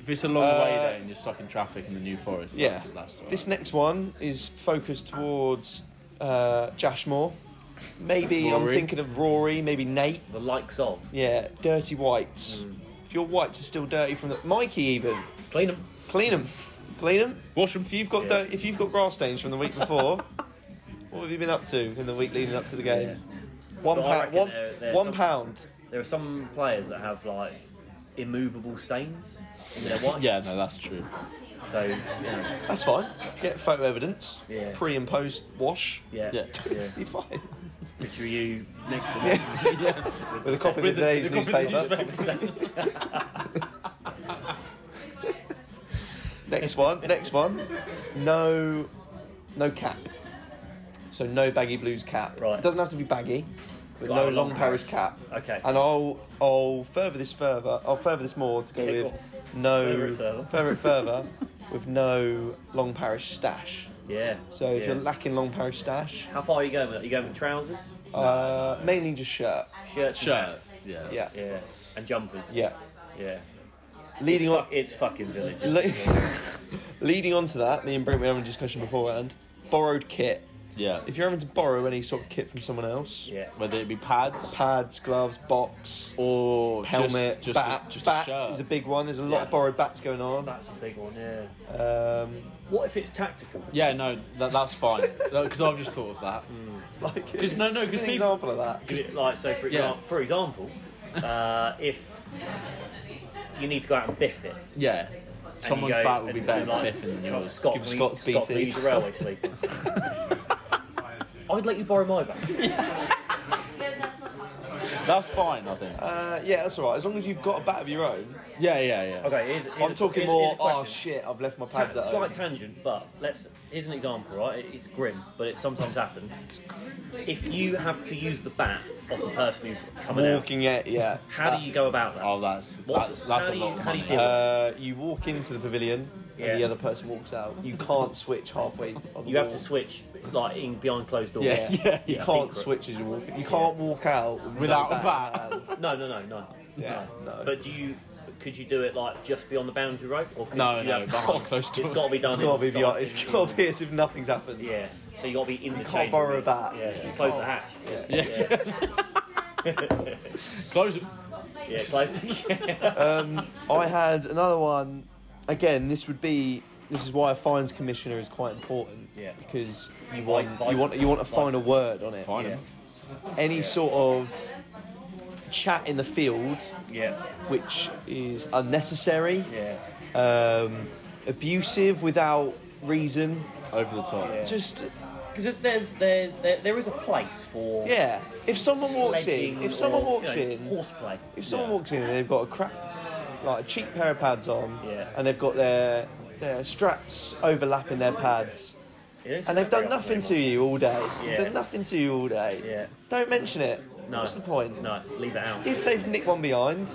if it's a long Uh, way there and you're stuck in traffic in the New Forest, Yeah. that's, that's all right. This next one is focused towards uh, Josh Moore. Maybe I'm Rory. thinking of Rory. Maybe Nate. The likes of. Yeah, dirty whites. If your whites are still dirty from the Mikey even. Clean them. Clean them, clean them. Wash 'em. If you've got Yeah. dirt, if you've got grass stains from the week before, what have you been up to in the week leading up to the game? One But I pound, reckon one, they're- they're one some- pound. There are some players that have, like, immovable stains in their whites. Yeah, no, that's true. So, yeah. That's fine. Get photo evidence. Yeah. Pre and post wash. Yeah. Yeah. yeah. You're fine. Picture you next to them. With a copy of today's the copy of the newspaper. Conversation. next one. Next one. No, no cap. So no baggy blues cap. Right. It doesn't have to be baggy. But gotta no have a long long parish cap. Okay. And I'll I'll further this further. I'll further this more to go Okay, with cool. no Further it further. further it further with no long parish stash. Yeah. So if yeah. you're lacking long parish stash, How far are you going with that? Are you going with trousers, uh, mainly just shirt. shirts, and Shirts. hats? Yeah. Yeah. Yeah. And jumpers. Yeah. Yeah. Leading it's on. fu- it's fucking village. isn't Le- it? Leading on to that, me and Brent were having a discussion beforehand. Borrowed kit. Yeah. If you're having to borrow any sort of kit from someone else, yeah. Whether it be pads pads, gloves, box, or just- helmet, just, bat. a, just bat a shirt. is a big one. There's a lot of Yeah. borrowed bats going on. That's a big one. Yeah. Um, What if it's tactical? yeah, no, that, that's fine. Because I've just thought of that. Hmm. like, Because no, no, because an people. example of that. Is it like so? For Yeah. example, for example, uh, if you need to go out and biff it, and you Yeah, someone's go bat would be and better than like, biffing than "Oh, yours. Scott, Give will you- Scott's Scott, will BT. you use a railway sleeper. I'd let you borrow my bat. That's fine, I think. Uh, yeah, that's all right. As long as you've got a bat of your own. Yeah, yeah, yeah. Okay, here's, here's I'm a- talking here's- more. here's a Oh question. shit! I've left my Ta- pads at home. slight tangent, but let's. Here's an example, right? It- It's grim, but it sometimes happens. If you have to use the bat of the person who's coming out, Walking it, yeah. how do you go about that? Oh, that's What's- that's, that's how a do you- lot of how do money. you deal- Uh, you walk into the pavilion Yeah. and the other person walks out. You can't switch halfway. On the you have wall. to switch like in behind closed doors. Yeah, yeah, You yeah. can't Secret. switch as you walk. You can't walk out with no Without a bat. bat. in hand. No, no, no, no. Yeah, no. But do you? Could you do it like just beyond the boundary rope? Or could No, you no, have- behind closed It's got to doors. be done. it's gotta be inside. beyond, it's gotta be as if nothing's happened. Yeah. So you got to be in the. You can't borrow a bat. Yeah. You Close the can't. hatch. Yeah. Yeah. Close. it. Yeah. Close. Um, I had another one. Again, this would be. This is why a fines commissioner is quite important. Yeah. Because you Like want vice- you want you want a vice- final word on it. Fine. yeah. Any sort of chat in the field Yeah. which is unnecessary, Yeah. um, abusive without reason. Over the top. Yeah. Just Because there's there, there there is a place for. yeah. If someone walks in, sledging if someone or, walks you know, in, horseplay. if someone Yeah. walks in and they've got a crap, like a cheap pair of pads on, Yeah. and they've got their their straps overlapping their pads, and they've done nothing to you all day. Yeah. Done nothing to you all day. Yeah. Don't mention it. No. What's the point? No, leave it out. If they've nicked one behind,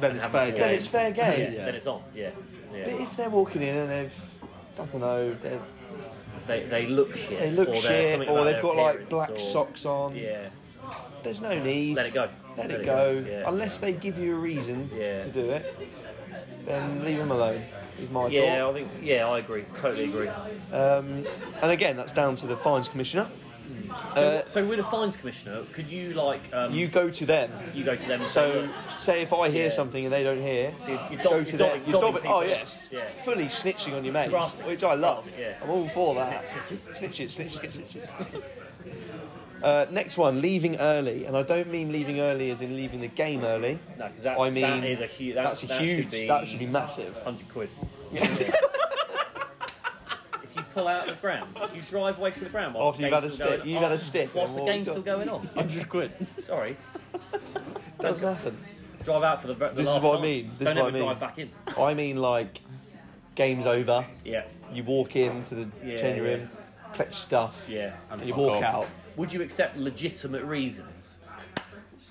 Then it's Have fair it. game. then it's fair yeah, game. Then it's on. Yeah. Yeah. But if they're walking in and they've, I don't know, they're They, they look shit. They look or there's shit, something or about they've their got like appearance, black or- socks on. Yeah, There's no need. let it go. Let, it go. Yeah. Unless they give you a reason Yeah. to do it, then leave them alone. Is my yeah, I think. Yeah, I agree. Totally agree. thought. Um, and again, that's down to the fines commissioner. Uh, So with a fines commissioner, could you like um, you go to them. you go to them? And So, say, say if I hear Yeah. something and they don't hear, So you- you dob- go you to them. dobbing- You dob dobbing it. Oh people. yes, Yeah. fully snitching on your mates, Grass- which I love. yeah. I'm all for that. Snitches. Snitches, snitches, get snitches. Uh, next one, leaving early, and I don't mean leaving early as in leaving the game early. "Look, no, 'cause that's, I mean, that is a huge. That, that's a huge. that should be massive. hundred quid. if you pull out of the ground, if you drive away from the ground whilst After you've the had a game's still stick, going- you've had a whilst- stick Whilst and the game's walked still going on. Hundred quid. Sorry, Doesn't happen. drive out for the. the This is last what I time. mean. This Don't is what I ever mean. drive back in. I mean, like, game's over. Yeah, You walk into the Yeah, turn you're yeah. in, collect your stuff, yeah. and you fuck walk off. out. Would you accept legitimate reasons?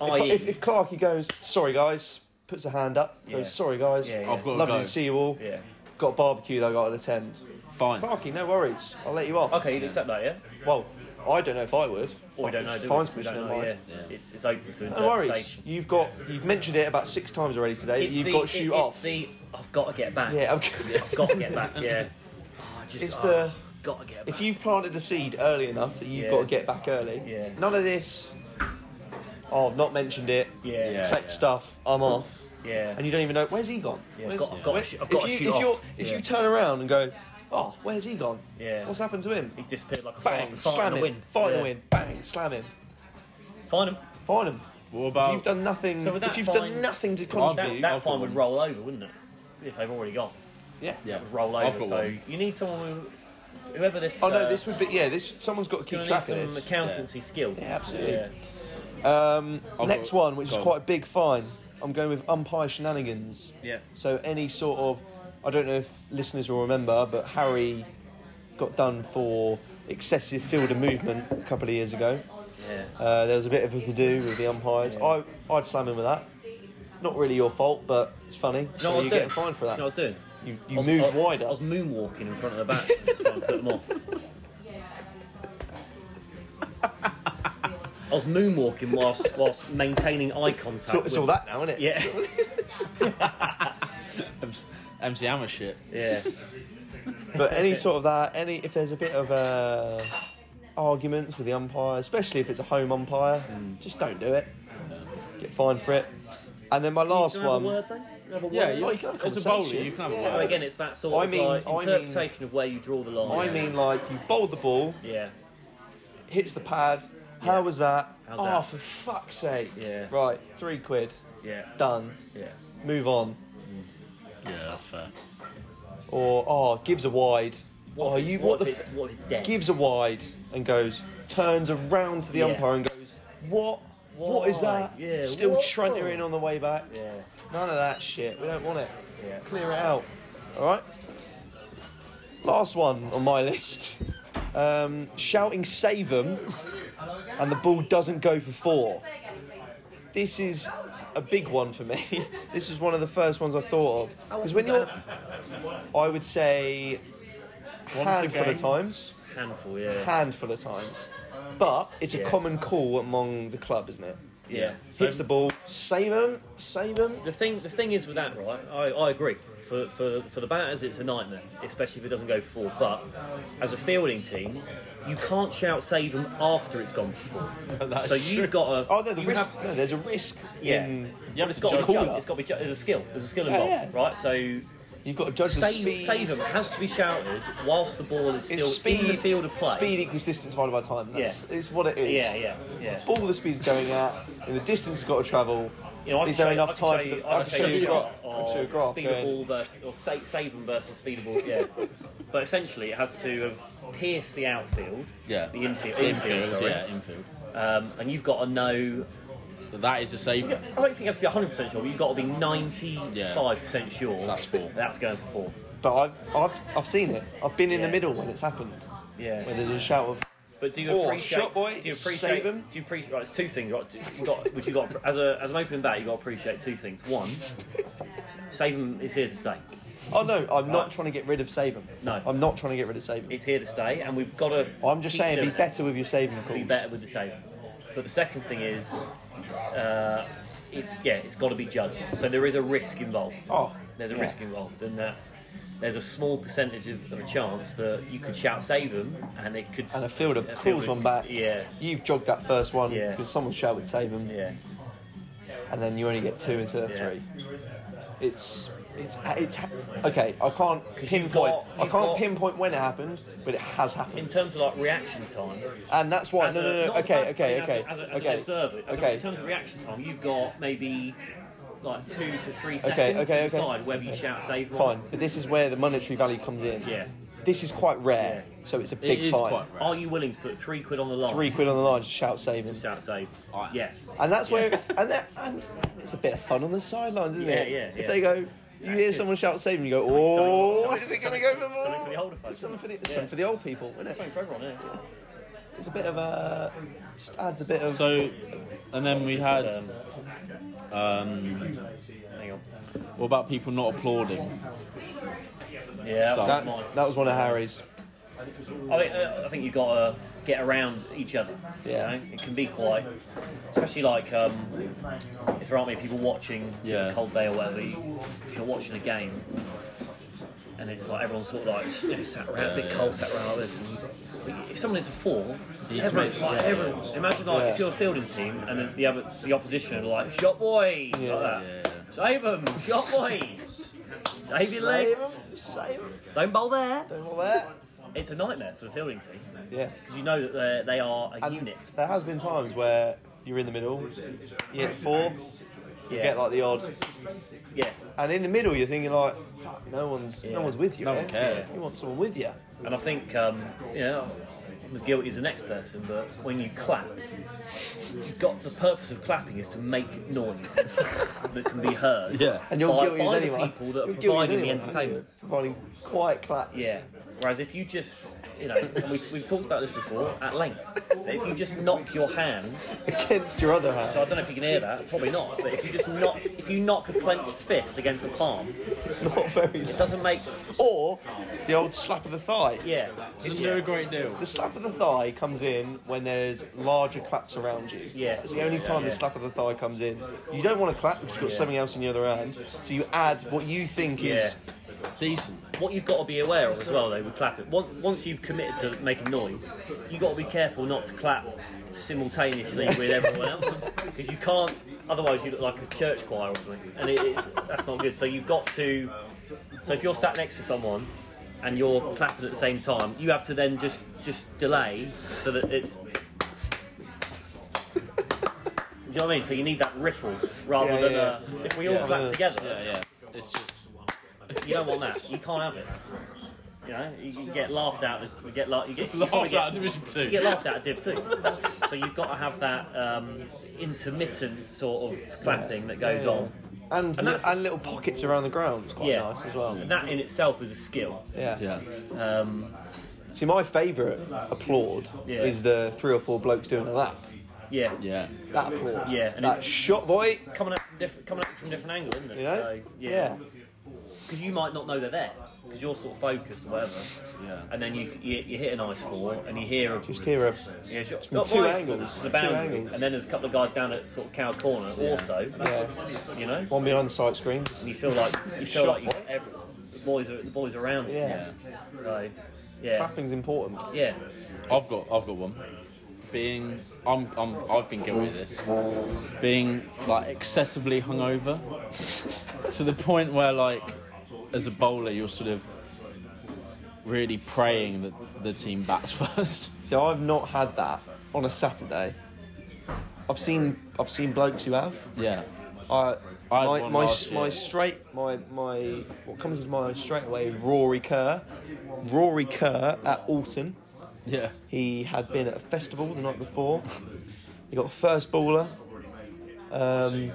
I.e., If, if, if Clarkey goes, sorry guys, puts a hand up, goes, Yeah. sorry guys, Yeah, yeah. I've got to lovely go. to see you all. yeah. Got a barbecue though, got to attend. Fine. Clarkey, no worries, I'll let you off. Okay, you'd accept that, yeah? Well, I don't know if I would. Or we don't know. It's Do we? Fines We don't commissioner. know, mine. yeah. It's, it's open to No worries. interpretation. You've got you've mentioned it about six times already today. It's you've the- got to it- shoot it's off. the I've got to get back. yeah. I'm- I've got to get back. Yeah. Oh, I just, It's oh, the- got to get back. if you've planted a seed early enough that you've Yeah. got to get back early. Yeah. None of this. Oh, I've not mentioned it. yeah. Yeah. Collect stuff. I'm off. Yeah. and you don't even know where's he gone. Yeah, I've Where's- got- I've got to where- shoot- I've if got to you shoot if you off. if Yeah. you turn around and go, oh, where's he gone? Yeah. What's happened to him? He disappeared like a Bang! fart, fart slam in the him. wind. Fight in Yeah. the wind. Bang! Slam him. Find him. Find him. What If about? you've done nothing, So with if that you've fine- done nothing to contribute, That, I've that got fine would one. roll over, wouldn't it? If they've already gone, yeah. yeah. It would roll over. I've got so one. you need someone who, whoever this. Oh no, uh, this would be yeah. This someone's got to you keep need track some of this. accountancy skill. Yeah, absolutely. Yeah. Um, I've next got- one, which go is on. quite a big fine, I'm going with umpire shenanigans. Yeah. So any sort of, I don't know if listeners will remember, but Harry got done for excessive field of movement a couple of years ago. Yeah. Uh, there was a bit of a to do with the umpires. I, I'd slam him with that. Not really your fault, but it's funny. You know So what I was you doing? get fined for You that. know what I was doing? you I you was- moved I- wider. I was moonwalking in front of the back, just trying to put them off. I was moonwalking whilst whilst maintaining eye contact. it's, all, it's with- all that now, isn't it? Yeah, MC Hammer shit. yeah. But any sort of that, any if there's a bit of uh, arguments with the umpire, especially if it's a home umpire, Hmm. just don't do it. Get fined for it. And then my last Can I have a one. word, though? Can I have a Yeah, word? you- Well, you can have It's a conversation. bowler, you can have a Yeah. So again, it's that sort I of mean- like, I mean- interpretation of where you draw the line. I mean, like you've bowled the ball, yeah, hits the pad. How was that? How's oh, that? for fuck's sake! Yeah. Right, three quid. yeah, Done. yeah. Move on. Yeah, that's fair. Or oh, gives a wide. oh, if you it's- what the if it's- f- what is dead? gives a wide and goes turns around to the Yeah. umpire and goes what. What is Why? that? Yeah, Still what? truntering on the way back. yeah, None of that shit. We don't want it. yeah. Clear it out. All right. Last one on my list. Um, shouting save 'em, and the ball doesn't go for four. This is a big one for me. this was one of the first ones I thought of because when you're, I would say, handful game. of times, Handful, yeah, handful of times, but it's a Yeah. common call among the club, isn't it? yeah. Hits the ball, save 'em, save 'em. The thing, the thing is with that, right? I, I agree. For, for, for the batters, it's a nightmare, especially if it doesn't go for four. But as a fielding team, you can't shout save them after it's gone for four. so you've got to. Oh, there's a you risk. have- no, there's a risk. yeah. In, You have it's to got to judge be judged. that. It's got to be judged. There's a skill. There's a skill Yeah, involved, yeah. right? So you've got to judge the save, speed. save them has to be shouted whilst the ball is still It's speed. in the field of play. Speed equals distance divided by time. That's Yeah. it's what it is. Yeah, yeah, yeah. Ball the speed's going at, and the distance has got to travel. You know, I is can there show- enough I can time show for you- the? I I can can show you a a graph. graph I can show you a of graph. Speedable Going, versus or sa- save them versus speedable. Yeah, but essentially it has to have pierced the outfield. Yeah. the infield. the infield, Infield, sorry. yeah, infield. Um, and you've got to know. But that is a save. I don't think it has to be 100 percent sure, but you've got to be 95 percent sure. That's four. That's going for four. but I've, I've I've seen it. I've been in Yeah. the middle when it's happened. Yeah. When there's a shout of. But do you Or appreciate? shot boy, do you appreciate? save 'em. Do you appreciate? Right, it's two things. Right, Do- you got, which you got as a as an opening bat, you got to appreciate two things. One, save 'em is here to stay. Oh no! I'm Right. not trying to get rid of Saban. No. I'm not trying to get rid of Saban. It's here to stay, and we've got to. I'm just keep saying, be doing it. better with your Saban calls. Be better with the save. 'em. But the second thing is, uh, it's yeah, it's got to be judged. So there is a risk involved. Oh, There's a yeah. risk involved, and that there's a small percentage of, of a chance that you could shout save them, and it could And a fielder a crawls fielder- one back. Yeah, You've jogged that first one Yeah. because someone shouted save him, yeah, and then you only get two instead of Yeah. three. It's it's it's okay. I can't pinpoint. got- I can't you've got- pinpoint when it happened, but it has happened, in terms of like reaction time. and that's why. as No, a- no, no. not as Okay, a- as okay, a- okay, As, a, as an okay, observer, as a, in okay. terms of reaction time, you've got maybe like two to three seconds Okay, to okay, okay. decide whether you shout save or Fine, but this is where the monetary value comes in. Yeah. This is quite rare, Yeah. so it's a big is fine. quite Oh, rare. Are you willing to put three quid on the line? Three quid on the line, just shout save him. Shout save. Aye. Yes. And that's where, and that, and it's a bit of fun on the sidelines, isn't Yeah, it? yeah, yeah. If they go, you hear someone shout save, and you go, oh, something- is it going to something- go for more? something for the older folks, It's something for the, isn't it? something Yeah. for the old people, isn't Same it? for everyone, yeah. It's a bit of a, just adds a bit of. So, and then we had. Um, Um, hang on. what about people not applauding? Yeah, So- that that's, was mine. that was one of Harry's. I think, uh, I think you've got to get around each other. Yeah. You know? It can be quite, especially like um, if there aren't many people watching Yeah. a cold day or whatever, you, if you're watching a game and it's like everyone's sort of like you know, sat around, a bit cold, sat around like this. And if someone is a four, everyone, like, everyone, imagine like Yeah. if you're a fielding team and then the, other, the opposition are like, shot boy! Yeah. Like that. Save 'em, shot boy! Save your legs! Save him. Don't bowl there! Don't want that. It's a nightmare for the fielding team. Yeah. Because you know that they're- they are a And unit. there has been times where you're in the middle, you hit four, Yeah. get like the odd, yeah. and in the middle you're thinking like, fuck, no one's, Yeah. no one's with you. No one eh? cares. You want someone with you. And I think, um, you know, I'm as guilty as the next person, but when you clap, you've got the purpose of clapping is to make noise that can be heard. Yeah. And you're by, guilty by as anyone. the people that are You're guilty as providing the anyone, aren't you? entertainment. Providing quiet claps. Yeah. Whereas if you just, you know, and we, we've talked about this before at length, that if you just knock your hand, Against your other so I hand. don't know if you can hear that, probably not, but if you just knock, if you knock a clenched fist against a palm, It's not very. it doesn't make, Or the old slap of the thigh. yeah. Doesn't yeah. do a great deal. The slap of the thigh comes in when there's larger claps around you. Yeah. That's the only time the Yeah. slap of the thigh comes in. You don't want to clap because you've got Yeah. something else in the other hand. So you add what you think is Decent. What you've got to be aware of as well, though, with clapping, on- once you've committed to making noise, you've got to be careful not to clap simultaneously with everyone else because you can't. Otherwise, you look like a church choir or something, and it, it's, that's not good. So you've got to. So if you're sat next to someone and you're clapping at the same time, you have to then just just delay so that it's. Do you know what I mean? So you need that ripple rather Yeah, than yeah, uh if we all Yeah. clap together. Yeah, yeah. It's just. You don't want that. You can't have it. You know, you, you get laughed out. You get la- you get you probably Laughed get- out of Oh, Division You get Two. laughed out of Div Two. so you've got to have that um, intermittent sort of clapping that goes Yeah. on. and and, that's- little pockets around the ground. It's quite Yeah. nice as well. And that in itself is a skill. Yeah. Yeah. Um, See, my favourite applaud Yeah. is the three or four blokes doing a lap. yeah. Yeah. That applaud. Yeah, and that it's- shot boy. Coming at diff- coming at it from a different angle, isn't it? You know? So, yeah. yeah. Because you might not know they're there. Because you're sort of focused or whatever, Yeah. and then you you, you hit a nice four and you hear a Just hear a. Yeah, sure. From two angles, The two boundary, angles. and then there's a couple of guys down at sort of cow corner also. Yeah. You know, One behind the sight screen. and you feel like you feel like you, every, the boys are the boys are around. you. Yeah. So, yeah, Clapping's important. yeah, I've got I've got one. Being I'm, I'm I've been guilty of this. Being like excessively hungover to the point where like as a bowler you're sort of really praying that the team bats first. See, I've not had that on a Saturday. I've seen I've seen blokes who have. yeah. I, I had my one my, last my year. straight my my what comes into my mind straight away is Rory Kerr. Rory Kerr at Alton. Yeah. He had been at a festival the night before. He got first baller. Um,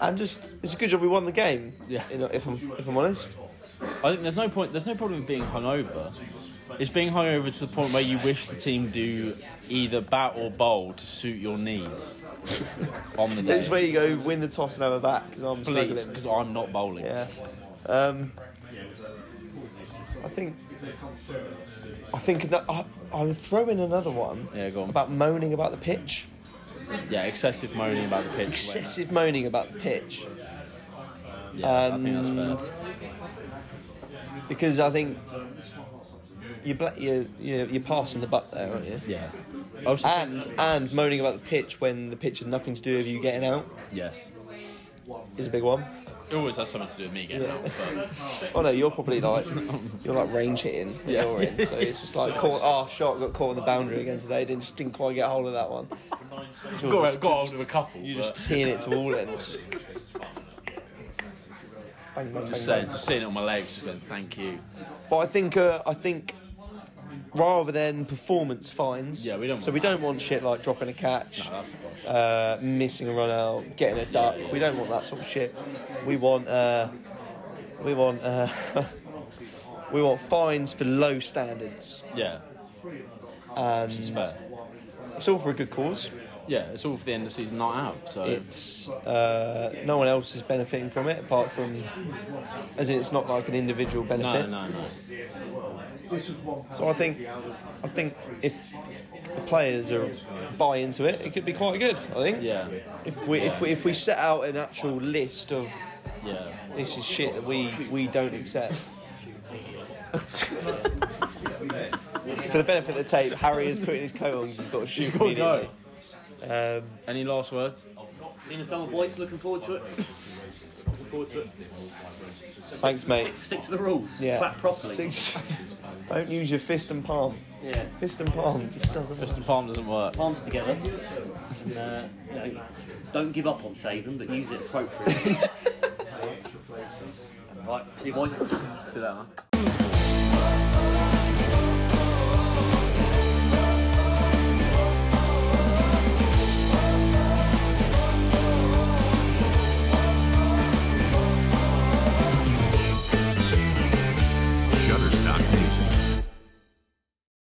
and just it's a good job we won the game. Yeah. you know, if I'm if I'm honest. I think there's no point there's no problem with being hungover. It's being hungover to the point where you wish the team do either bat or bowl to suit your needs on the day. It's where you go win the toss and have a bat because I'm Please, struggling. because I'm not bowling. Yeah. Um, I think. I think ano- I, I'll throw in another one Yeah, go on. about moaning about the pitch. Yeah, excessive moaning about the pitch. Excessive moaning about the pitch Yeah, I think um, that's fair. because I think you're, bla- you're, you're, you're passing the buck there, aren't you? Yeah. Also, And and moaning about the pitch when the pitch had nothing to do with you getting out yes. is a big one. It always has something to do with me getting out. Oh no, you're probably like you're like range hitting. Yeah. Yeah. You're in, so it's just like caught. Oh, shot got caught on the boundary again today. Didn't just didn't quite get hold of that one. Got, got hold of a couple. You You just just, teeing it to all ends. Bang, bang, just bang, saying, bang. just seeing it on my legs, just going, thank you. But I think uh, I think rather than performance fines. Yeah, we don't So want we don't want shit like dropping a catch. No, that's a bosh. Uh, missing a run out, getting a duck. We don't want that sort of shit. We want uh, we want uh, we want fines for low standards. Yeah, it's And fair. it's all for a good cause. Yeah, it's all for the end of the season, not out. So It's uh, no one else is benefiting from it apart from, as in, it's not like an individual no, benefit. no, no. So I think, I think if the players are buy into it, it could be quite good. I think. Yeah, If we if we if we set out an actual list of yeah. this is shit that we we don't accept. For the benefit of the tape, Harry is putting his coat on 'cause he's got to shoot He's got to go. immediately. Um, Any last words? Seen the summer boys. Looking forward to it. Looking forward to it. thanks, mate. Stick to the rules. Yeah. Clap properly. Sticks- Don't use your fist and palm. Yeah. Fist and palm just doesn't work. Fist and palm doesn't work. Palms together. And, uh, you know, don't give up on saving, but use it appropriately. right. See you boys. See that one.